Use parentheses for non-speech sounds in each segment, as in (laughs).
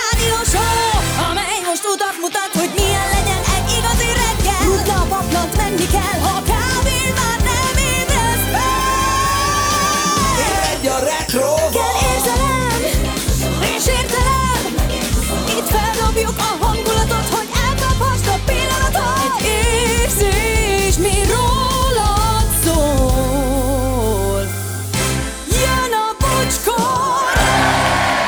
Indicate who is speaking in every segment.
Speaker 1: rádió show, amely most utat mutat, hogy milyen legyen egy igazi reggel. Rutna a paplant, menni kell, ha kávén már nem ébredsz fel.
Speaker 2: Egy a retro
Speaker 1: Kell érzelem, és értelem, itt feldobjuk a hangulatot, hogy elkaphast a pillanatot. Egy érzés, mi rólad szól. Jön a bocskor!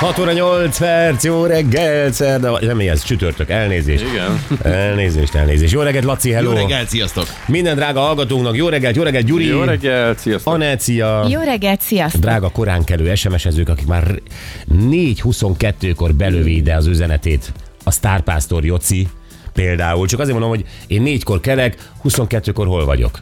Speaker 3: 6 óra 8 perc, jó reggel, szerda, vagy- nem ez csütörtök, elnézést.
Speaker 4: Igen.
Speaker 3: Elnézést, elnézést. Jó reggelt, Laci, hello.
Speaker 5: Jó reggelt, sziasztok!
Speaker 3: Minden drága hallgatónknak, jó reggelt, jó reggelt, Gyuri.
Speaker 4: Jó reggel, sziasztok!
Speaker 3: Anecia.
Speaker 6: Jó reggelt, sziasztok!
Speaker 3: Drága korán kelő SMS-ezők, akik már 4.22-kor belövi ide az üzenetét a sztárpásztor Joci például. Csak azért mondom, hogy én 4-kor kelek, 22-kor hol vagyok?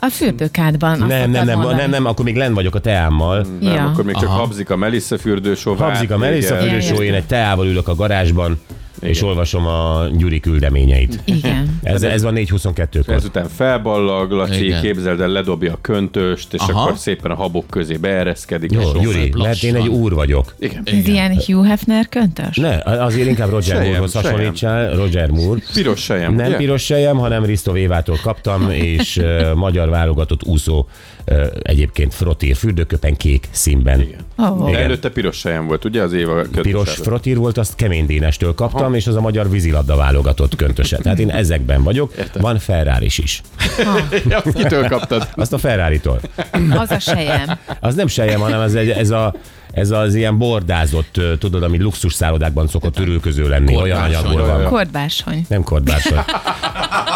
Speaker 6: A fürdőkádban. azt
Speaker 3: nem, nem,
Speaker 6: akartam
Speaker 3: nem,
Speaker 6: mondani.
Speaker 3: nem, nem, akkor még len vagyok a teámmal.
Speaker 4: Nem,
Speaker 6: Ja.
Speaker 4: akkor még csak
Speaker 5: Aha.
Speaker 4: habzik a Melissa fürdősovát.
Speaker 3: Habzik a Melissa
Speaker 4: Hát, igen.
Speaker 3: Fürösó, én
Speaker 6: értem.
Speaker 3: egy teával ülök a garázsban, és olvasom a Gyuri küldeményeit. (laughs)
Speaker 6: Igen.
Speaker 4: Hát,
Speaker 3: Ez, ez van 4.22-kor.
Speaker 4: Ezután felballag, Laci,
Speaker 5: Igen.
Speaker 4: képzeld el,ledobja a köntöst, és
Speaker 5: Aha.
Speaker 4: akkor szépen a habok közé beereszkedik. és
Speaker 3: Jó,
Speaker 4: soha-
Speaker 3: Gyuri,
Speaker 5: szép
Speaker 3: mert én
Speaker 5: lassan.
Speaker 3: egy úr vagyok.
Speaker 4: Igen.
Speaker 6: Ez ilyen Hugh Hefner köntös?
Speaker 3: Ne, azért inkább Roger
Speaker 4: Sejem,
Speaker 3: Moore-hoz
Speaker 4: sejem.
Speaker 3: hasonlítsál. Roger Moore.
Speaker 4: Piros sejem,
Speaker 3: Nem
Speaker 4: ugye?
Speaker 3: piros sejem, hanem Risztov Évától kaptam, és ö, magyar válogatott úszó, ö, egyébként frotír fürdőköpen kék színben.
Speaker 6: Ó,
Speaker 4: De
Speaker 3: Igen.
Speaker 4: előtte piros sejem volt, ugye? Az Éva kötös
Speaker 3: Piros
Speaker 4: előtt.
Speaker 3: frotír volt, azt kemény dénestől kaptam, és az a magyar vízilabda válogatott köntöse. Tehát én ezekben vagyok. Van Ferrari is.
Speaker 4: Ja, azt kitől
Speaker 3: (laughs)
Speaker 4: kaptad?
Speaker 3: Azt a Ferrari-tól.
Speaker 6: az a sejem.
Speaker 3: Az nem sejem, hanem ez, egy, ez a ez az ilyen bordázott, ö, tudod, ami luxus szállodákban szokott törülköző lenni, olyan
Speaker 5: Kordáson.
Speaker 3: anyagból van.
Speaker 6: Kordbársony.
Speaker 3: Nem kordbársony.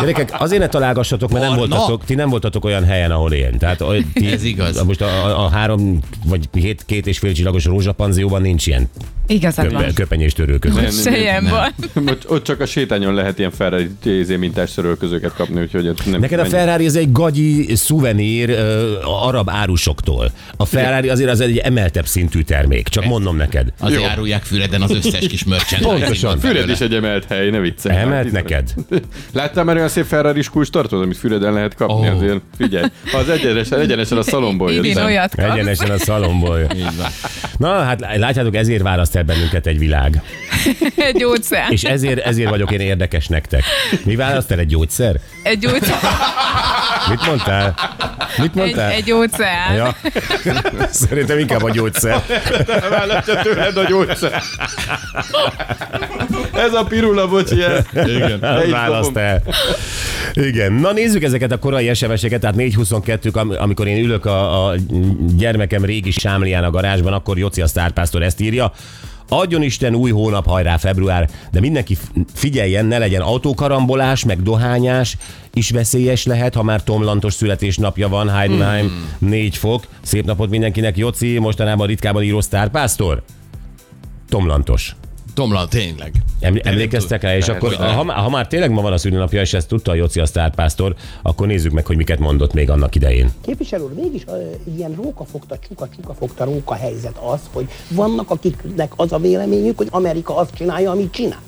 Speaker 3: Gyerekek, azért ne találgassatok, mert nem
Speaker 5: Barna?
Speaker 3: voltatok, ti nem voltatok olyan helyen, ahol én. Tehát, oly- ti,
Speaker 5: Ez igaz.
Speaker 3: Most a, a, a három vagy hét, két és fél csillagos rózsapanzióban nincs ilyen
Speaker 6: Igazad van.
Speaker 3: köpe, köpenyés törőközés.
Speaker 6: Sejem van.
Speaker 4: Ott, ott csak a sétányon lehet ilyen Ferrari tézé mintás szörölközőket kapni, úgyhogy ott nem
Speaker 3: Neked a
Speaker 4: menj-
Speaker 3: Ferrari az egy gagyi szuvenír ö, arab árusoktól. A Ferrari azért az egy emeltebb szintű termék, csak mondom neked.
Speaker 5: Azért árulják Füreden az összes (laughs) kis mörcsent.
Speaker 3: Pontosan.
Speaker 4: Füred is egy emelt hely, ne viccelj.
Speaker 3: Emelt
Speaker 4: Hát,
Speaker 3: neked?
Speaker 4: (laughs) Láttál már olyan szép Ferrari kulcs tartót, amit Füreden lehet kapni?
Speaker 5: Ó.
Speaker 4: Azért figyelj, az egyenesen, egyenesen a szalomból jött.
Speaker 6: Idén
Speaker 4: Nem.
Speaker 6: olyat kapsz.
Speaker 3: Egyenesen a szalomból. Na, hát látjátok, ezért választ el bennünket egy világ.
Speaker 6: Egy gyógyszer.
Speaker 3: És ezért, ezért vagyok én érdekes nektek. Mi választ el egy gyógyszer?
Speaker 6: Egy gyógyszer.
Speaker 3: Mit mondtál? Mit
Speaker 6: Egy,
Speaker 3: mondtál?
Speaker 6: egy gyógyszer.
Speaker 3: Ja. Szerintem inkább a gyógyszer.
Speaker 4: Választja Hát tőled a gyógyszer. Ez a pirula, bocsi, ez.
Speaker 5: Igen.
Speaker 4: Te is
Speaker 3: Választ
Speaker 4: kapom.
Speaker 3: el. Igen. Na nézzük ezeket a korai SMS-eket, tehát 4.22-k, am- amikor én ülök a, a gyermekem régi sámlián a garázsban, akkor Joci a sztárpásztor ezt írja. Adjon Isten új hónap, hajrá február, de mindenki f- figyeljen, ne legyen autókarambolás, meg dohányás, is veszélyes lehet, ha már Tom Lantos születésnapja van, Heidenheim, 4 fok. Szép napot mindenkinek, Joci, mostanában ritkában író sztárpásztor? Tom Lantos.
Speaker 5: Tomlan, tényleg.
Speaker 3: Eml- Emlékeztek rá, és akkor
Speaker 5: hogy ne.
Speaker 3: ha, má- ha már tényleg ma van a szülőnapja, és ezt tudta a Joci a sztárpásztor, akkor nézzük meg, hogy miket mondott még annak idején.
Speaker 7: Képviselő úr, mégis ö, ilyen rókafogta, csuka, csukafogta róka helyzet az, hogy vannak akiknek az a véleményük, hogy Amerika azt csinálja, amit csinál.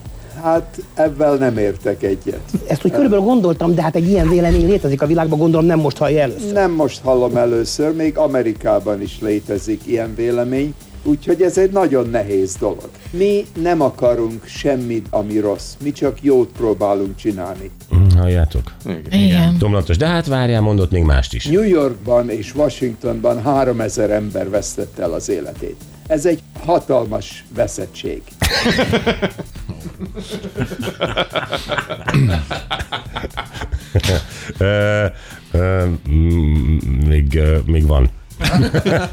Speaker 8: Hát ebben nem értek egyet.
Speaker 7: Ezt úgy körülbelül gondoltam, de hát egy ilyen vélemény létezik a világban, gondolom nem most hallja először.
Speaker 8: Nem most hallom először, még Amerikában is létezik ilyen vélemény, úgyhogy ez egy nagyon nehéz dolog. Mi nem akarunk semmit, ami rossz, mi csak jót próbálunk csinálni.
Speaker 3: Hm, Halljátok?
Speaker 6: Igen.
Speaker 3: Tomlantos, de hát várjál, mondott még mást is.
Speaker 8: New Yorkban és Washingtonban 3000 ember vesztett el az életét. Ez egy hatalmas veszettség.
Speaker 3: Ö, ö, mm, még, ö, még van.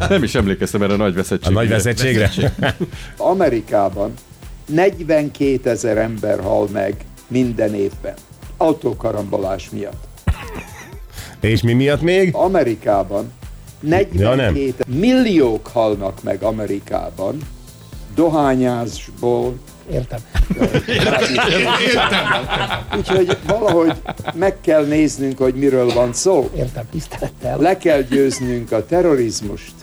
Speaker 4: Nem is emlékeztem erre a nagy
Speaker 3: A
Speaker 4: veszettségre.
Speaker 3: nagy veszettségre?
Speaker 8: Amerikában 42 ezer ember hal meg minden évben autókarambolás miatt.
Speaker 3: És mi miatt még?
Speaker 8: Amerikában
Speaker 3: Ja, nem.
Speaker 8: 42 milliók halnak meg Amerikában dohányásból.
Speaker 7: Értem.
Speaker 8: Úgyhogy valahogy meg kell néznünk, hogy miről van szó.
Speaker 7: Értem, tisztelettel.
Speaker 8: Le kell győznünk a terrorizmust.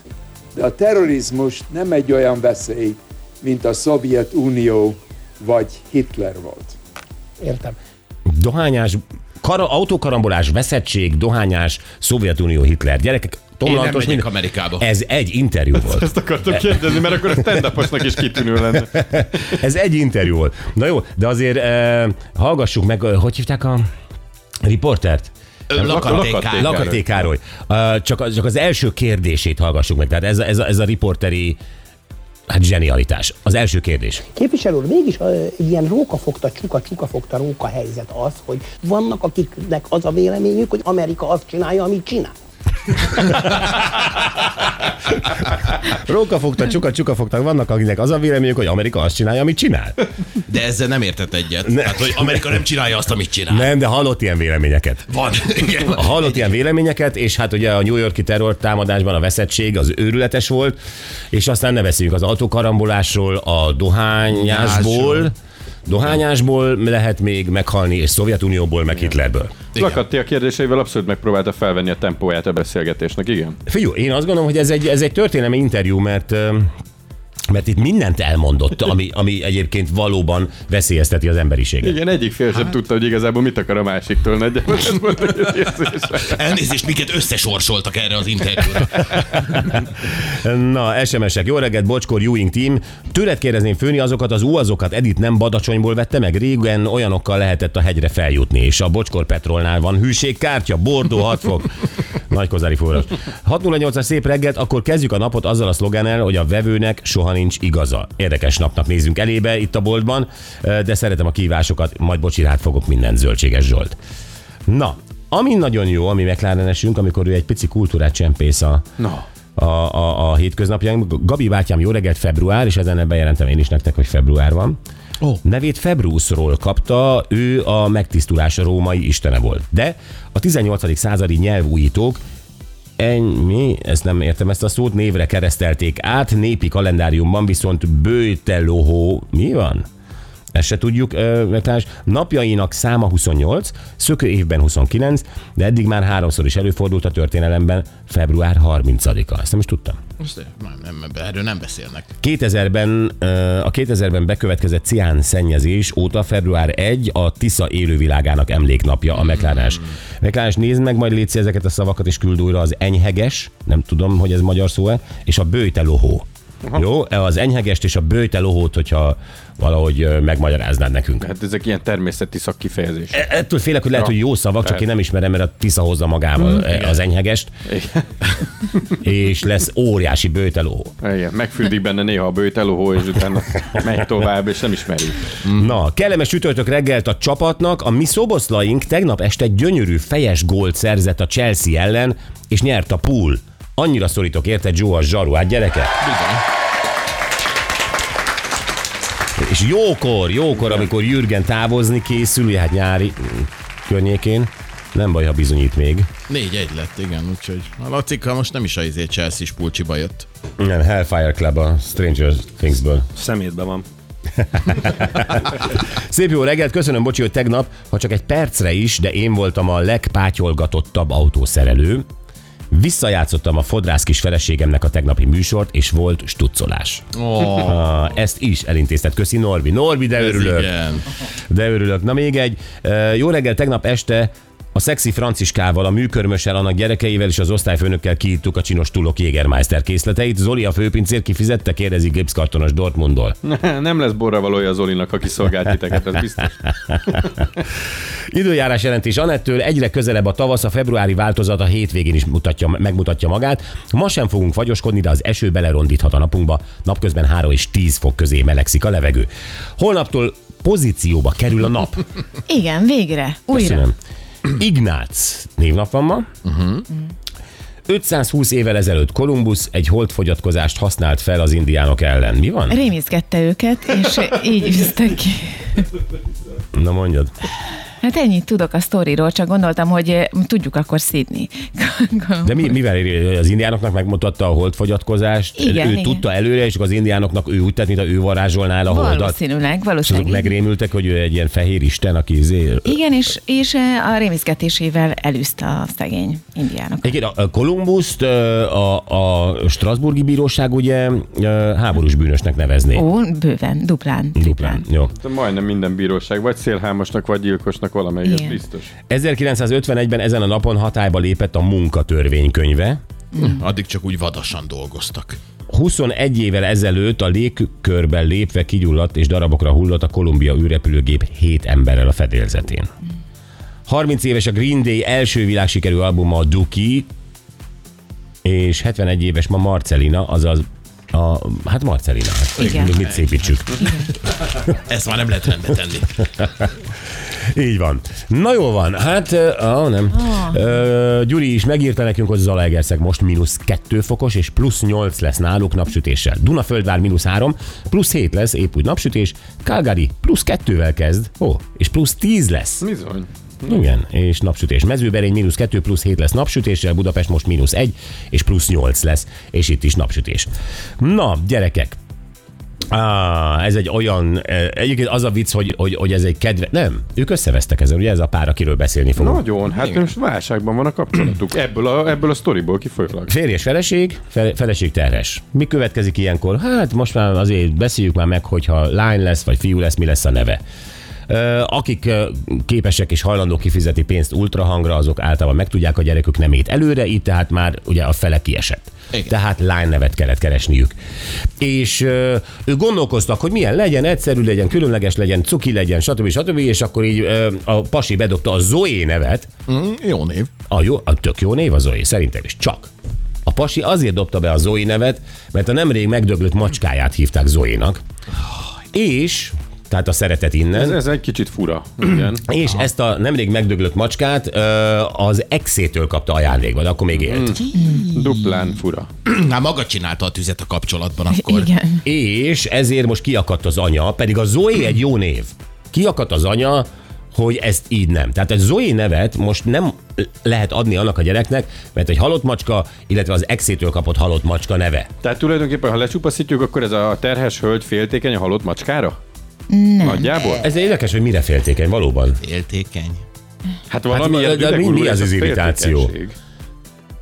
Speaker 8: De a terrorizmus nem egy olyan veszély, mint a Szovjetunió vagy Hitler volt.
Speaker 7: Értem.
Speaker 3: Dohányás, kara, autókarambolás, veszettség, dohányás, Szovjetunió, Hitler. Gyerekek,
Speaker 5: Én nem
Speaker 3: Tomlantos
Speaker 5: megyek
Speaker 3: minden.
Speaker 5: Amerikába.
Speaker 3: Ez egy interjú volt.
Speaker 4: Ezt akartam kérdezni, mert akkor a stand is kitűnő lenne.
Speaker 3: (laughs) Ez egy interjú volt. Na jó, de azért eh, hallgassuk meg, eh, hogy hívták a riportert?
Speaker 5: Ö, Lakantékán.
Speaker 4: Lakantékán.
Speaker 3: Lakarté Károly. Ö, Csak, az- csak az első kérdését hallgassuk meg. Tehát ez, a- ez, a- ez a riporteri hát zsenialitás. Az első kérdés.
Speaker 7: Képviselő úr, mégis ö, egy ilyen rókafogta, csuka, csukafogta róka helyzet az, hogy vannak akiknek az a véleményük, hogy Amerika azt csinálja, amit csinál.
Speaker 3: Róka fogta, csuka, csuka fogtak. Vannak, akinek az a véleményük, hogy Amerika azt csinálja, amit csinál.
Speaker 5: De ezzel nem értett egyet. Ne. Hát, hogy Amerika nem csinálja azt, amit csinál. Ne.
Speaker 3: Nem, de hallott ilyen véleményeket.
Speaker 5: Van. (laughs) Igen.
Speaker 3: Hallott ilyen véleményeket, és hát ugye a New Yorki terror támadásban a veszettség az őrületes volt, és aztán ne beszéljünk az autokarambolásról, a dohányásból, dohányásból lehet még meghalni, és Szovjetunióból, meg Hitlerből.
Speaker 4: Lakatti a kérdéseivel abszolút megpróbálta felvenni a tempóját a beszélgetésnek, igen.
Speaker 3: Figyú, én azt gondolom, hogy ez egy, ez egy történelmi interjú, mert ö, mert itt mindent elmondott, ami, ami egyébként valóban veszélyezteti az emberiséget.
Speaker 4: Igen, egyik fél sem tudta, hogy igazából mit akar a másiktól nagyjából. Ez volt a kérdése.
Speaker 5: Elnézést, minket összesorsoltak erre az interjúra.
Speaker 3: Na, SMS-ek. Jó reggelt, Bocskor, Ewing Team. Tőled kérdezném főni azokat az úazokat, Edit nem badacsonyból vette meg. Régen olyanokkal lehetett a hegyre feljutni, és a Bocskor Petrolnál van hűségkártya, Bordó 6 fok. Nagykozári forrás. 608-as szép reggelt, akkor kezdjük a napot azzal a szlogennel, hogy a vevőnek soha nincs igaza. Érdekes napnak nézünk elébe itt a boltban, de szeretem a kívásokat, majd bocsirát fogok minden zöldséges Zsolt. Na, ami nagyon jó, ami McLarenesünk, amikor ő egy pici kultúrát csempész a,
Speaker 4: Na.
Speaker 3: a, a, a hétköznapjainkban. Gabi bátyám, jó reggelt, február, és ezen bejelentem én is nektek, hogy február van.
Speaker 5: Ó.
Speaker 3: Nevét Februszról kapta, ő a megtisztulás római istene volt. De a 18. századi nyelvújítók ennyi, ezt nem értem ezt a szót, névre keresztelték át, népi kalendáriumban viszont bőtelohó, mi van? Ezt se tudjuk, ö, vetárs. Napjainak száma 28, szökő évben 29, de eddig már háromszor is előfordult a történelemben február 30-a. Ezt nem is tudtam.
Speaker 5: Most nem, nem, nem, erről nem beszélnek.
Speaker 3: 2000-ben, ö, a 2000-ben bekövetkezett cián szennyezés óta február 1 a Tisza élővilágának emléknapja a meklárás. Meklárás, nézd meg, majd létszi ezeket a szavakat, és küld újra az enyheges, nem tudom, hogy ez magyar szó-e, és a bőjtelohó. Jó, E az enyhegest és a bőjtelohót, hogyha valahogy ö, megmagyaráznád nekünk.
Speaker 4: Hát ezek ilyen természeti szakkifejezés.
Speaker 3: E- Ettől félek, hogy lehet,
Speaker 4: Ja.
Speaker 3: hogy jó szavak, csak én nem ismerem, mert a Tisza hozza magával e, az enyhegest,
Speaker 4: Igen.
Speaker 3: és lesz óriási bőjtelóhó.
Speaker 4: Igen, megfürdik benne néha a bőjt elohó, és utána megy tovább, és nem ismerjük.
Speaker 3: Na, kellemes csütörtök reggelt a csapatnak. A mi szoboszlaink tegnap este gyönyörű fejes gólt szerzett a Chelsea ellen, és nyert a pool. Annyira szorítok érte Joe a zsaru, hát gyerekek? És jókor, jókor, amikor Jürgen távozni készül, ugye hát nyári mm, környékén, nem baj, ha bizonyít még.
Speaker 5: Négy egy lett, igen, úgyhogy a Lacika most nem is a izé Chelsea pulcsiba jött.
Speaker 3: Nem, Hellfire Club a Stranger Thingsből.
Speaker 4: Szemétben van.
Speaker 3: Szép jó reggelt, köszönöm, bocsi, hogy tegnap, ha csak egy percre is, de én voltam a legpátyolgatottabb autószerelő. Visszajátszottam a fodrász kis feleségemnek a tegnapi műsort, és volt stuccolás.
Speaker 5: (laughs) Ó,
Speaker 3: Ah, ezt is elintézted. Köszi Norbi. Norbi, de
Speaker 5: Oh. ez
Speaker 3: örülök.
Speaker 5: igen.
Speaker 3: De örülök. Na még egy. Ö, Jó reggel, tegnap este a szexi franciskával, a műkörmössel, annak gyerekeivel és az osztályfőnökkel kiittuk a csinos tulok Jägermeister készleteit. Zoli a főpincér kifizette, kérdezi gipszkartonos Dortmundból.
Speaker 4: (laughs) Nem lesz borra valója az Olinak, aki szolgált titeket, ez biztos.
Speaker 3: Időjárás jelentés Anettől egyre közelebb a tavasz, a februári változat a hétvégén is mutatja, megmutatja magát. Ma sem fogunk fagyoskodni, de az eső belerondíthat a napunkba. Napközben 3 és 10 fok közé melegszik a levegő. Holnaptól pozícióba kerül a nap.
Speaker 6: Igen, végre. Újra.
Speaker 3: Köszönöm. Ignác névnap van ma. Uh-huh. 520 évvel ezelőtt Kolumbusz egy holdfogyatkozást használt fel az indiánok ellen. Mi van?
Speaker 6: Rémizgette őket, és így üztek ki.
Speaker 3: Na mondjad.
Speaker 6: Hát ennyit tudok a sztoriról, csak gondoltam, hogy eh, tudjuk akkor szídni.
Speaker 3: De mi, mivel éri- az indiánoknak megmutatta a holdfogyatkozást,
Speaker 6: Igen,
Speaker 3: ő
Speaker 6: igen.
Speaker 3: tudta előre, és akkor az indiánoknak ő úgy tett, mint a ő varázsolná el a holdat.
Speaker 6: Valószínűleg,
Speaker 3: És azok
Speaker 6: valószínűleg.
Speaker 3: megrémültek, hogy ő egy ilyen fehér isten, aki izé...
Speaker 6: Igen, és, és eh, a rémizgetésével elűzte a szegény indiánok.
Speaker 3: Egyébként a- a Kolumbuszt ö, a, a Strasburgi Bíróság ugye ö, háborús bűnösnek nevezné.
Speaker 6: Ó, bőven, duplán,
Speaker 3: Duplán.
Speaker 6: triplán.
Speaker 3: Jó.
Speaker 4: De Majdnem minden bíróság, vagy szélhámosnak, vagy gyilkosnak valamelyik, ez
Speaker 6: Igen.
Speaker 4: biztos.
Speaker 3: 1951-ben ezen a napon hatályba lépett a munkatörvénykönyve,
Speaker 5: Hm, Addig csak úgy vadasan dolgoztak.
Speaker 3: 21 évvel ezelőtt a légkörben lépve kigyulladt és darabokra hullott a Kolumbia űrrepülőgép 7 emberrel a fedélzetén. 30 éves a Green Day első világsikerű albuma a Duki, és 71 éves ma Marcelina, azaz a, hát Marcelina, hát
Speaker 6: Igen.
Speaker 3: mit szépítsük.
Speaker 5: Ezt már nem lehet rendbe tenni.
Speaker 3: Így van. Na jó van, hát, ah, nem. Ö, Gyuri is megírta nekünk, hogy Zalaegerszeg most mínusz 2 fokos, és plusz 8 lesz náluk napsütéssel. Dunaföldvár mínusz 3, plusz 7 lesz, épp úgy napsütés. Calgary plusz 2-vel kezd, ó, és plusz 10 lesz.
Speaker 4: Bizony.
Speaker 3: Igen, és napsütés. Mezőberény mínusz 2, plusz 7 lesz napsütéssel, Budapest most mínusz 1, és plusz 8 lesz, és itt is napsütés. Na, gyerekek, Á, ez egy olyan, eh, egyébként az a vicc, hogy, hogy, hogy ez egy kedve... Nem, ők összevesztek ezen, ugye ez a pár, akiről beszélni fogunk.
Speaker 4: Nagyon, hát most válságban van a kapcsolatuk. Ebből a, ebből a sztoriból kifolyólag.
Speaker 3: Férj és feleség, fe, feleség terhes. Mi következik ilyenkor? Hát most már azért beszéljük már meg, hogyha lány lesz, vagy fiú lesz, mi lesz a neve. Ö, Akik ö, képesek és hajlandók kifizetni pénzt ultrahangra, azok általában megtudják, a gyerekük nemét előre, így tehát már ugye a fele kiesett.
Speaker 5: Igen.
Speaker 3: Tehát lány nevet kellett keresniük. És ö, ők gondolkoztak, hogy milyen legyen, egyszerű legyen, különleges legyen, cuki legyen, stb. stb. És akkor így ö, a pasi bedobta a Zoé nevet,
Speaker 5: Mm, jó név.
Speaker 3: a, jó, a tök jó név a Zoe, szerintem is. Csak. A pasi azért dobta be a Zoe nevet, mert a nemrég megdöglött macskáját hívták Zoénak. És, tehát a szeretet
Speaker 4: Ez,
Speaker 3: innen,
Speaker 4: ez egy kicsit fura. Igen.
Speaker 3: és ezt a nemrég megdöglött macskát ö, az exétől kapta ajándékba, de akkor még élt.
Speaker 4: Duplán fura.
Speaker 5: Hát maga csinálta a tüzet a kapcsolatban akkor.
Speaker 6: Igen.
Speaker 3: És ezért most kiakadt az anya, pedig a Zoe egy jó név. Kiakadt az anya, hogy ezt így nem. Tehát a Zoe nevet most nem lehet adni annak a gyereknek, mert egy halott macska, illetve az exétől kapott halott macska neve.
Speaker 4: Tehát tulajdonképpen, ha lecsupaszítjuk, akkor ez a terhes hölgy féltékeny a halott macskára? Nem. Nagyjából?
Speaker 3: Ez érdekes, hogy mire féltékeny valóban.
Speaker 5: Éltékeny.
Speaker 4: Hát valami
Speaker 3: de-
Speaker 4: hát,
Speaker 3: de mi- mi az az irritáció?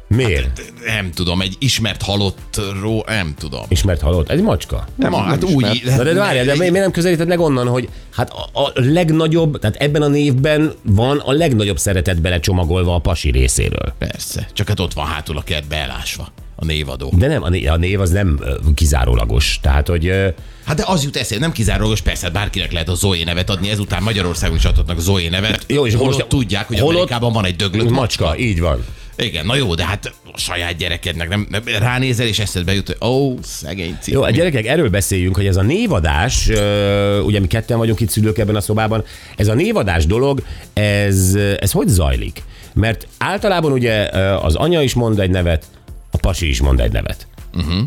Speaker 3: Miért?
Speaker 5: Nem tudom, egy ismert halottról, nem tudom.
Speaker 3: Ismert halott? Ez macska.
Speaker 5: Nem, Ma, hát
Speaker 4: ismert.
Speaker 5: úgy.
Speaker 3: Na de várjál, de miért miért nem közelíted meg onnan, hogy hát a, a legnagyobb, tehát ebben a névben van a legnagyobb szeretet belecsomagolva a pasi részéről.
Speaker 5: Persze, csak hát ott van hátul a kertbe elásva a névadó.
Speaker 3: De nem, a né- a név az nem ö, kizárólagos. Tehát, hogy ö,
Speaker 5: Hát de az jut eszébe, nem kizárólagos, persze, hát bárkinek lehet a Zoé nevet adni, ezután Magyarországon is adhatnak Zoé nevet.
Speaker 3: Jó, és
Speaker 5: holott
Speaker 3: most-
Speaker 5: tudják, hogy
Speaker 3: holott-
Speaker 5: holott... Amerikában van egy döglött
Speaker 3: macska, így van.
Speaker 5: Igen, na jó, de hát a saját gyerekednek nem, nem ránézel, és eszedbe jut, hogy ó, szegény cím.
Speaker 3: Jó, a gyerekek, erről beszéljünk, hogy ez a névadás, ö, ugye mi ketten vagyunk itt szülők ebben a szobában, ez a névadás dolog, ez, ez hogy zajlik? Mert általában ugye ö, az anya is mond egy nevet, a pasi is mond egy nevet. Uh-huh.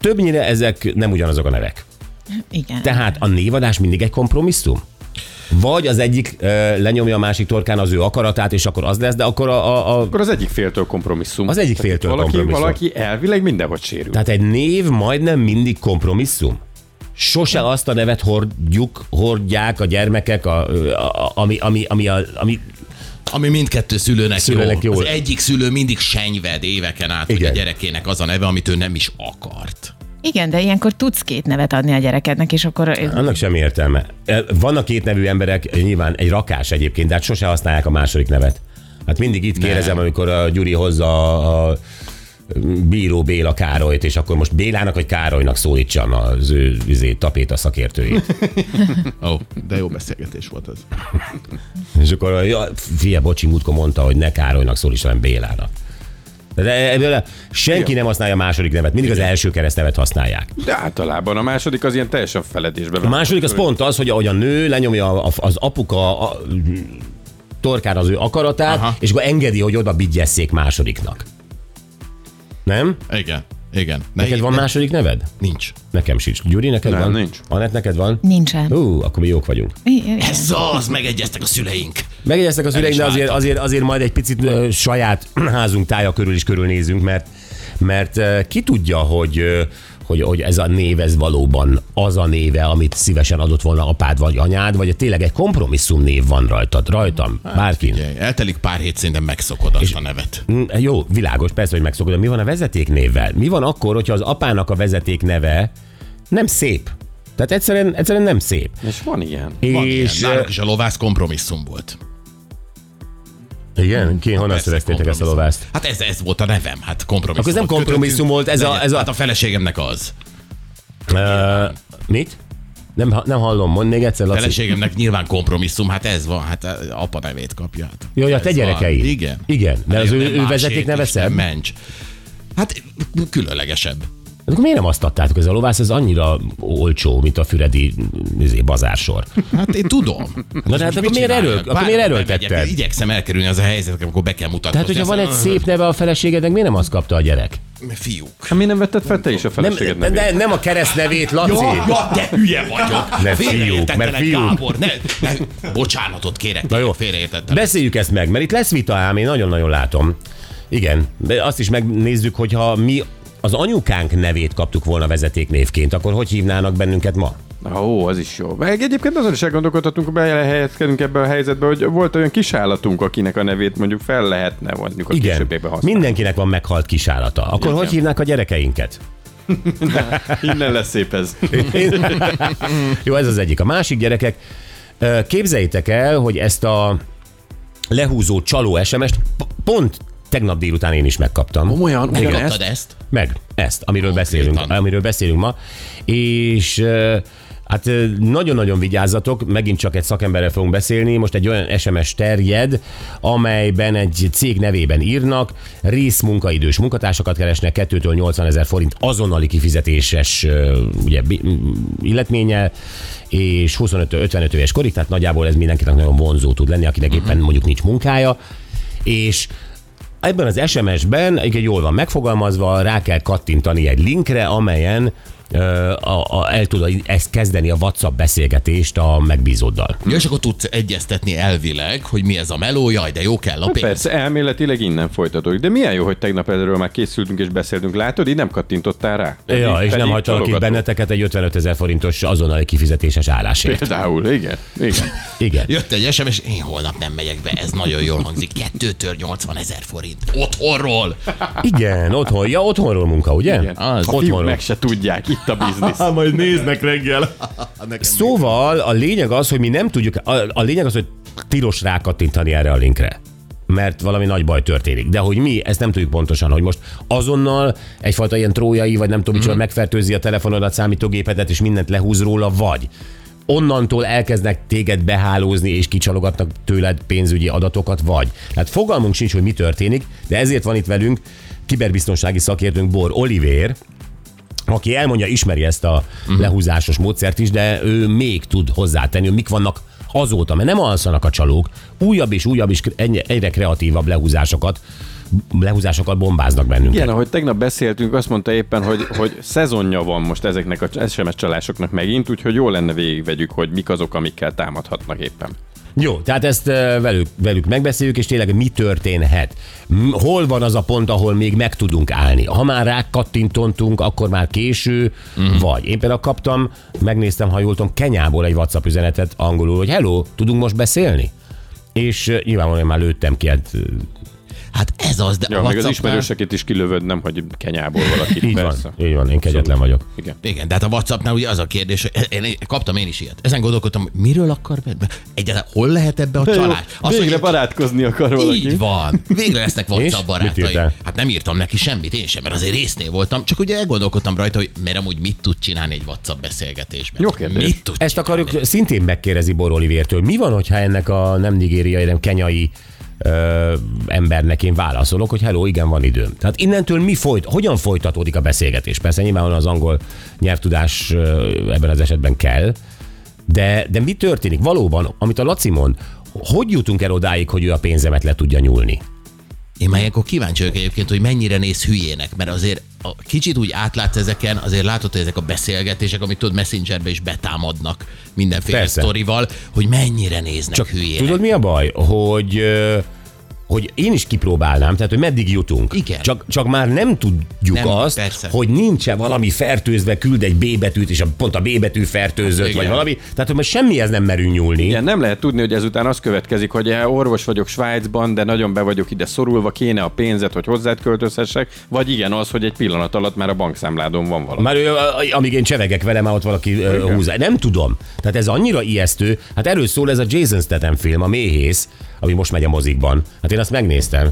Speaker 3: Többnyire ezek nem ugyanazok a nevek.
Speaker 6: Igen.
Speaker 3: Tehát a névadás mindig egy kompromisszum? Vagy az egyik ö, lenyomja a másik torkán az ő akaratát, és akkor az lesz, de akkor a, a, a
Speaker 4: Akkor az egyik féltől kompromisszum.
Speaker 3: Az egyik
Speaker 4: Tehát
Speaker 3: féltől
Speaker 4: valaki,
Speaker 3: kompromisszum.
Speaker 4: Valaki elvileg mindenhogy sérül.
Speaker 3: tehát egy név majdnem mindig kompromisszum. Sose azt a nevet hordjuk, hordják a gyermekek, a, a, ami, ami, ami, a, ami
Speaker 5: Ami mindkettő szülőnek,
Speaker 3: Szülőnek
Speaker 5: jó.
Speaker 3: jó.
Speaker 5: Az egyik szülő mindig senyved éveken át, Igen.
Speaker 3: Igen.
Speaker 5: hogy a gyerekének az a neve, amit ő nem is akart.
Speaker 6: Igen, de ilyenkor tudsz két nevet adni a gyerekednek, és akkor...
Speaker 3: annak semmi értelme. Ö, Vannak két nevű emberek, nyilván egy rakás egyébként, de hát sose használják a második nevet. Hát mindig itt kérdezem, amikor a Gyuri hozza a, a bíró Béla Károlyt, és akkor most Bélának vagy Károlynak szólítsam az ő izé, tapéta szakértőjét.
Speaker 5: Ó, oh, de jó beszélgetés volt az.
Speaker 3: És akkor ja, fia, bocsi, múltkor mondta, hogy ne Károlynak szól is, hanem Bélának. De ebből senki nem használja a második nevet, mindig az első keresztnevet használják.
Speaker 4: De általában a második az ilyen teljesen feledésbe
Speaker 3: A második az pont az, hogy ahogy a nő lenyomja a- az apuka a, torkán az ő akaratát, Aha.
Speaker 5: Aha.
Speaker 3: és akkor engedi, hogy oda bigyesszék másodiknak. Nem?
Speaker 5: Igen, igen. Ne,
Speaker 3: Neked van
Speaker 5: ne,
Speaker 3: második neved?
Speaker 5: Nincs.
Speaker 3: Nekem sincs. Gyuri, neked
Speaker 4: Nem,
Speaker 3: van?
Speaker 4: nincs.
Speaker 3: Anett, neked van?
Speaker 6: Nincsen.
Speaker 3: Ú, akkor mi jók vagyunk.
Speaker 6: Igen.
Speaker 5: Ez az, megegyeztek a szüleink.
Speaker 3: Megegyeztek az üreink,
Speaker 5: is
Speaker 3: de azért,
Speaker 5: váltak.
Speaker 3: azért, azért majd egy picit ö, saját (clears throat) házunk tája körül is körülnézünk, mert, mert ö, ki tudja, hogy, ö, hogy, hogy ez a név, ez valóban az a néve, amit szívesen adott volna apád vagy anyád, vagy tényleg egy kompromisszum név van rajtad, rajtam,
Speaker 5: Hát,
Speaker 3: bárkin.
Speaker 5: Ugye, eltelik pár hét, szerintem megszokod azt a nevet.
Speaker 3: Mm, Jó, világos, persze, hogy megszokod, de mi van a vezetéknévvel? Mi van akkor, hogyha az apának a vezetékneve nem szép? Tehát egyszerűen, egyszerűen nem szép.
Speaker 4: És van ilyen.
Speaker 5: Van
Speaker 3: és
Speaker 5: és ilyen. Nálunk is a lovász kompromisszum volt.
Speaker 3: Igen? Ki, honnan
Speaker 5: Persze,
Speaker 3: szereztétek ezt a
Speaker 5: kompromisszum.
Speaker 3: lovást?
Speaker 5: Hát ez, ez volt a nevem, hát kompromisszum.
Speaker 3: Akkor ez nem kompromisszum volt, ez a- ez a-
Speaker 5: Hát a feleségemnek az.
Speaker 3: Ö, Mit? Nem, ha- nem hallom, mondd még egyszer, Laci.
Speaker 5: feleségemnek nyilván kompromisszum, hát ez van, hát eh, apa nevét kapja. Hát
Speaker 3: Jó, ja,
Speaker 5: ez
Speaker 3: te
Speaker 5: van.
Speaker 3: gyerekeid.
Speaker 5: Igen.
Speaker 3: Igen, de
Speaker 5: Hát
Speaker 3: az ő-
Speaker 5: nem
Speaker 3: ő
Speaker 5: másét
Speaker 3: vezeték neve
Speaker 5: is, nem
Speaker 3: szebb?
Speaker 5: Mencs. Hát különlegesebb.
Speaker 3: De Akkor miért nem azt adtátok? Ez a lovász ez annyira olcsó, mint a füredi izé, bazársor.
Speaker 5: Hát én tudom. Hát
Speaker 3: (laughs) Na
Speaker 5: most
Speaker 3: de hát
Speaker 5: mit
Speaker 3: akkor miért,
Speaker 5: csináljak?
Speaker 3: eről, akkor miért
Speaker 5: Bárhol bemegyek,
Speaker 3: erőltetted?
Speaker 5: Igyekszem elkerülni az a helyzetet, amikor be kell
Speaker 3: Tehát,
Speaker 5: mutatkozni.
Speaker 3: hogyha van egy
Speaker 5: Aztán,
Speaker 3: szép neve a feleségednek, miért nem azt kapta a gyerek?
Speaker 5: "Ah, Fiúk.
Speaker 4: Hát Mi nem vetted fel te is a
Speaker 3: Nem,
Speaker 4: feleséged
Speaker 3: de-
Speaker 4: nevét?
Speaker 3: de, nem a keresztnevét, Laci.
Speaker 5: Ja, ja, te hülye vagyok.
Speaker 3: Ne,
Speaker 5: Félreértettelek,
Speaker 3: fiúk, mert fiúk.
Speaker 5: Gábor, ne, ne, bocsánatot kérek.
Speaker 3: Na jó.
Speaker 5: Félreértettem.
Speaker 3: Beszéljük ezt meg, mert itt lesz vita ám, én nagyon-nagyon látom. Igen, de azt is megnézzük, hogyha mi az anyukánk nevét kaptuk volna vezetéknévként, akkor hogy hívnának bennünket ma?
Speaker 4: Ó, az is jó. Meg egyébként azon is elgondolkodhatunk, belehelyezkedünk ebbe a helyzetbe, hogy volt olyan kis állatunk, akinek a nevét mondjuk fel lehetne mondjuk a
Speaker 3: Igen,
Speaker 4: későbbiekben használni.
Speaker 3: mindenkinek van meghalt kisállata. Akkor hogy hívnák a gyerekeinket?
Speaker 4: Innen lesz szép
Speaker 3: (laughs)
Speaker 4: ez.
Speaker 3: Én- Jó, ez az egyik. A másik gyerekek, ö, képzeljétek el, hogy ezt a lehúzó csaló SMS-t p- pont tegnap délután én is megkaptam.
Speaker 4: Olyan,
Speaker 5: Megkaptad ezt?
Speaker 3: Meg ezt, amiről beszélünk, amiről beszélünk ma. És ö, hát ö, nagyon-nagyon vigyázzatok, megint csak egy szakemberrel fogunk beszélni. Most egy olyan SMS terjed, amelyben egy cég nevében írnak, részmunkaidős munkatársakat keresnek, 2-től 80 ezer forint azonnali kifizetéses ö, ugye, bi- m- illetménnyel, és 25-55 éves korig, tehát nagyjából ez mindenkinek nagyon vonzó tud lenni, akinek éppen mondjuk nincs munkája, és Ebben az SMS-ben egyébként jól van megfogalmazva, rá kell kattintani egy linkre, amelyen ö, a, a, el tudod ezt kezdeni a WhatsApp beszélgetést a megbízóddal.
Speaker 5: Jó, és akkor tudsz egyeztetni elvileg, hogy mi ez a meló, jaj, de jó kell a pénz.
Speaker 4: Persze, elméletileg innen folytatódik. De milyen jó, hogy tegnap erről már készültünk és beszéltünk. Látod, így nem kattintottál rá.
Speaker 3: Ja,
Speaker 4: Így
Speaker 3: és nem
Speaker 4: pedig
Speaker 3: hagytalak ki
Speaker 4: csalogatunk.
Speaker 3: benneteket egy 55 ezer forintos azonnali kifizetéses
Speaker 4: (laughs)
Speaker 3: állásért.
Speaker 4: Például, igen. igen.
Speaker 3: Igen.
Speaker 5: Jött egy SMS, én holnap nem megyek be, ez nagyon jól hangzik. 2-től 80 ezer forint. Otthonról.
Speaker 3: Igen, otthon, ja, otthonról munka, ugye?
Speaker 4: igen.
Speaker 3: Az,
Speaker 4: a fiúk
Speaker 3: otthonról.
Speaker 4: meg se tudják, itt a biznisz.
Speaker 3: majd néznek reggel.
Speaker 5: Nekem
Speaker 3: Szóval a lényeg az, hogy mi nem tudjuk, a, a lényeg az, hogy tilos rákattintani erre a linkre mert valami nagy baj történik. De hogy mi, ezt nem tudjuk pontosan, hogy most azonnal egyfajta ilyen trójai, vagy nem tudom, micsoda megfertőzi a telefonodat, számítógépedet, és mindent lehúz róla, vagy onnantól elkezdnek téged behálózni, és kicsalogatnak tőled pénzügyi adatokat, vagy. Tehát fogalmunk sincs, hogy mi történik, de ezért van itt velünk kiberbiztonsági szakértőnk Bor Olivér, aki elmondja, ismeri ezt a lehúzásos módszert is, de ő még tud hozzátenni, hogy mik vannak azóta, mert nem alszanak a csalók, újabb és újabb és kre- ennyi- egyre kreatívabb lehúzásokat, lehúzásokkal bombáznak bennünket.
Speaker 4: (laughs) Igen, ahogy tegnap beszéltünk, azt mondta éppen, hogy, hogy szezonja van most ezeknek a SMS csalásoknak megint, úgyhogy jó lenne végigvegyük, hogy mik azok, amikkel támadhatnak éppen.
Speaker 3: Jó, tehát ezt ö, velük, velük megbeszéljük, és tényleg mi történhet? M- Hol van az a pont, ahol még meg tudunk állni? Ha már rá kattintottunk, akkor már késő, vagy. Én például kaptam, megnéztem, ha jól tudom, Kenyából egy WhatsApp üzenetet angolul, hogy hello, tudunk most beszélni? És ö, nyilvánvalóan már lőttem ki, hát ö,
Speaker 5: Hát ez az, de
Speaker 4: Ja,
Speaker 5: a
Speaker 4: még az
Speaker 5: WhatsAppnál-
Speaker 4: ismerőseket is kilövöd, nem, hogy kenyából valakit.
Speaker 3: Így
Speaker 4: persze.
Speaker 3: van, így van, én kegyetlen vagyok.
Speaker 4: Igen.
Speaker 5: Igen, de hát a Whatsappnál ugye az a kérdés, hogy én, én kaptam én is ilyet. Ezen gondolkodtam, hogy miről akar be? Egyáltalán hol lehet ebbe a csalás?
Speaker 4: Azt,
Speaker 5: Azt,
Speaker 4: Végre
Speaker 5: hogy-
Speaker 4: barátkozni akar valaki.
Speaker 5: Így van. Végre lesznek
Speaker 3: És?
Speaker 5: WhatsApp
Speaker 3: Mit
Speaker 5: barátaim.
Speaker 3: írtál?
Speaker 5: Hát nem írtam neki semmit, én sem, mert azért résznél voltam, csak ugye elgondolkodtam rajta, hogy mert amúgy mit tud csinálni egy WhatsApp beszélgetésben.
Speaker 4: Jó kérdés.
Speaker 5: Mit tud
Speaker 3: Ezt
Speaker 5: csinálni?
Speaker 3: akarjuk szintén megkérdezi Bor Olivértől. Mi van, hogyha ennek a nem nigériai, nem kenyai ö, embernek én válaszolok, hogy hello, igen, van időm. Tehát innentől mi folyt, hogyan folytatódik a beszélgetés? Persze nyilvánvalóan az angol nyelvtudás ö, ebben az esetben kell, de, de mi történik valóban, amit a Laci mond, hogy jutunk el odáig, hogy ő a pénzemet le tudja nyúlni?
Speaker 5: Én már ilyenkor kíváncsi vagyok egyébként, hogy mennyire néz hülyének, mert azért a, kicsit úgy átlátsz ezeken, azért látod, hogy ezek a beszélgetések, amit tudod, messengerbe is betámadnak mindenféle
Speaker 3: Persze.
Speaker 5: Persze. sztorival, hogy mennyire néznek Csak hülyének.
Speaker 3: Tudod, mi a baj? Hogy ö, hogy én is kipróbálnám, tehát hogy meddig jutunk.
Speaker 5: Igen.
Speaker 3: Csak, csak már nem tudjuk
Speaker 5: Nem,
Speaker 3: azt,
Speaker 5: persze.
Speaker 3: hogy nincs valami fertőzve, küld egy B betűt, és a, pont a B betű fertőzött,
Speaker 5: Igen.
Speaker 3: vagy valami. Tehát, hogy most semmihez nem merünk nyúlni.
Speaker 4: Igen, nem lehet tudni, hogy ezután az következik, hogy eh, orvos vagyok Svájcban, de nagyon be vagyok ide szorulva, kéne a pénzet, hogy hozzád költözhessek, vagy igen az, hogy egy pillanat alatt már a bankszámládon van valami.
Speaker 3: Már ő, a- a- amíg én csevegek vele, már ott valaki Igen. húzza. Nem tudom. Tehát ez annyira ijesztő. Hát erről szól ez a Jason Statham film, a méhész, ami most megy a mozikban. Hát én azt megnéztem.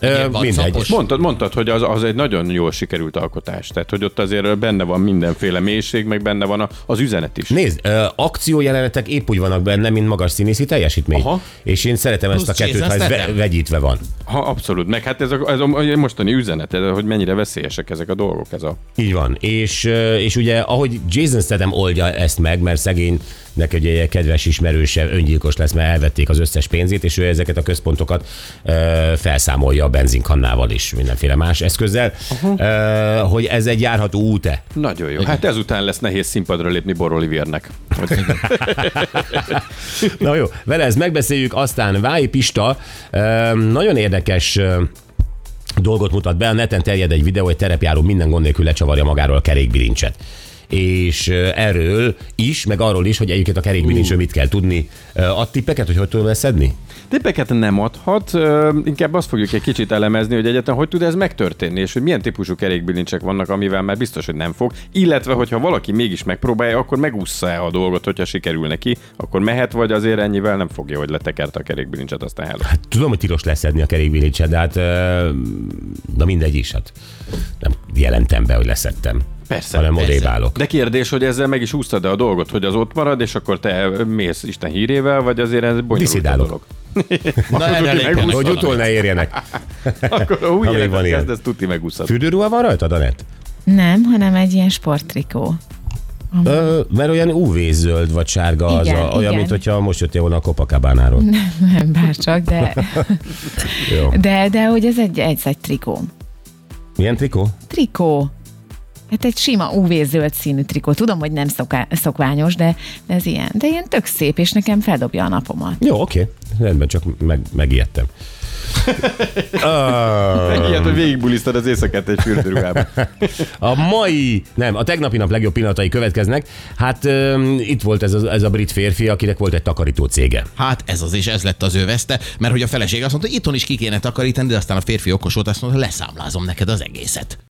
Speaker 3: Ö,
Speaker 5: Ilyen
Speaker 3: mindegy.
Speaker 5: WhatsAppos.
Speaker 4: Mondtad, mondtad, hogy az, az egy nagyon jól sikerült alkotás. Tehát, hogy ott azért benne van mindenféle mélység, meg benne van a, az üzenet is.
Speaker 3: Nézd, ö, akciójelenetek épp úgy vannak benne, mint magas színészi teljesítmény.
Speaker 4: Aha.
Speaker 3: És én szeretem ezt a
Speaker 5: Plusz
Speaker 3: kettőt,
Speaker 5: Jason
Speaker 3: ha ez ve-
Speaker 5: Statham.
Speaker 3: vegyítve van.
Speaker 4: Ha, abszolút. Meg hát ez a, ez a a mostani üzenet, ez, hogy mennyire veszélyesek ezek a dolgok. Ez a...
Speaker 3: Így van. És, ö, és ugye, ahogy Jason Statham oldja ezt meg, mert szegénynek egy ilyen kedves ismerőse öngyilkos lesz, mert elvették az összes pénzét, és ő ezeket a központokat ö, felszámolja a benzinkannával is, mindenféle más eszközzel, ö, hogy ez egy járható út-e.
Speaker 4: Nagyon jó. Hát ezután lesz nehéz színpadra lépni Borolivérnek.
Speaker 3: Na jó, vele ezt megbeszéljük, aztán Váj Pista ö, nagyon érdekes ö, dolgot mutat be, a neten terjed egy videó, egy terepjáró minden gond nélkül lecsavarja magáról a kerékbilincset. És ö, erről is, meg arról is, hogy egyébként a kerékbilincsről mit kell tudni. Ö, Ad tippeket, hogy hogy tudom ezt szedni?
Speaker 4: Tippeket nem adhat, ö, inkább azt fogjuk egy kicsit elemezni, hogy egyáltalán hogy tud ez megtörténni, és hogy milyen típusú kerékbilincsek vannak, amivel már biztos, hogy nem fog, illetve hogyha valaki mégis megpróbálja, akkor megúszza -e a dolgot, hogyha sikerül neki, akkor mehet, vagy azért ennyivel nem fogja, hogy letekerte a kerékbilincset, aztán hello.
Speaker 3: Hát, Tudom, hogy tilos leszedni a kerékbilincset, de hát ö, na mindegy is, hát nem jelentem be, hogy leszedtem.
Speaker 4: Persze,
Speaker 3: hanem
Speaker 5: persze.
Speaker 3: odébb állok.
Speaker 4: De kérdés, hogy ezzel meg is úsztad -e a dolgot, hogy az ott marad, és akkor te mész Isten hírével, vagy azért ez bonyolult a
Speaker 3: Diszidálok.
Speaker 4: dolog. (laughs)
Speaker 5: Na, erre
Speaker 4: tudjuk
Speaker 5: lépjen
Speaker 3: Hogy
Speaker 5: valamit.
Speaker 3: utol ne érjenek.
Speaker 4: Akkor
Speaker 3: még
Speaker 4: a új
Speaker 3: van
Speaker 4: életet
Speaker 3: ilyen.
Speaker 4: kezdesz, tuti megúszod.
Speaker 3: Fürdőruha van rajtad, Anett?
Speaker 6: Nem, hanem egy ilyen sporttrikó.
Speaker 3: Ö, mert olyan UV-zöld vagy sárga az, a,
Speaker 6: Igen,
Speaker 3: olyan,
Speaker 6: igen.
Speaker 3: mint hogyha most jöttél volna a
Speaker 6: (laughs)
Speaker 3: Copacabánáról.
Speaker 6: Nem bárcsak, de,
Speaker 3: Jó.
Speaker 6: de, de hogy ez egy, egy, egy trikó.
Speaker 3: Milyen trikó?
Speaker 6: Trikó. Hát egy sima UV-zöld színű trikó. Tudom, hogy nem szoká, szokványos, de, de ez ilyen. De ilyen tök szép, és nekem feldobja a napomat.
Speaker 3: Jó, oké. Rendben, csak meg, megijedtem.
Speaker 4: Ilyet, hogy végigbulisztad az éjszakát egy fürdőruhában.
Speaker 3: A mai, nem, a tegnapi nap legjobb pillanatai következnek. Hát öm, itt volt ez a, ez a brit férfi, akinek volt egy takarító cége.
Speaker 5: Hát ez az, és ez lett az ő veszte, mert hogy a feleség azt mondta, hogy itthon is ki kéne takarítani, de aztán a férfi okos volt, azt mondta, leszámlázom neked az egészet.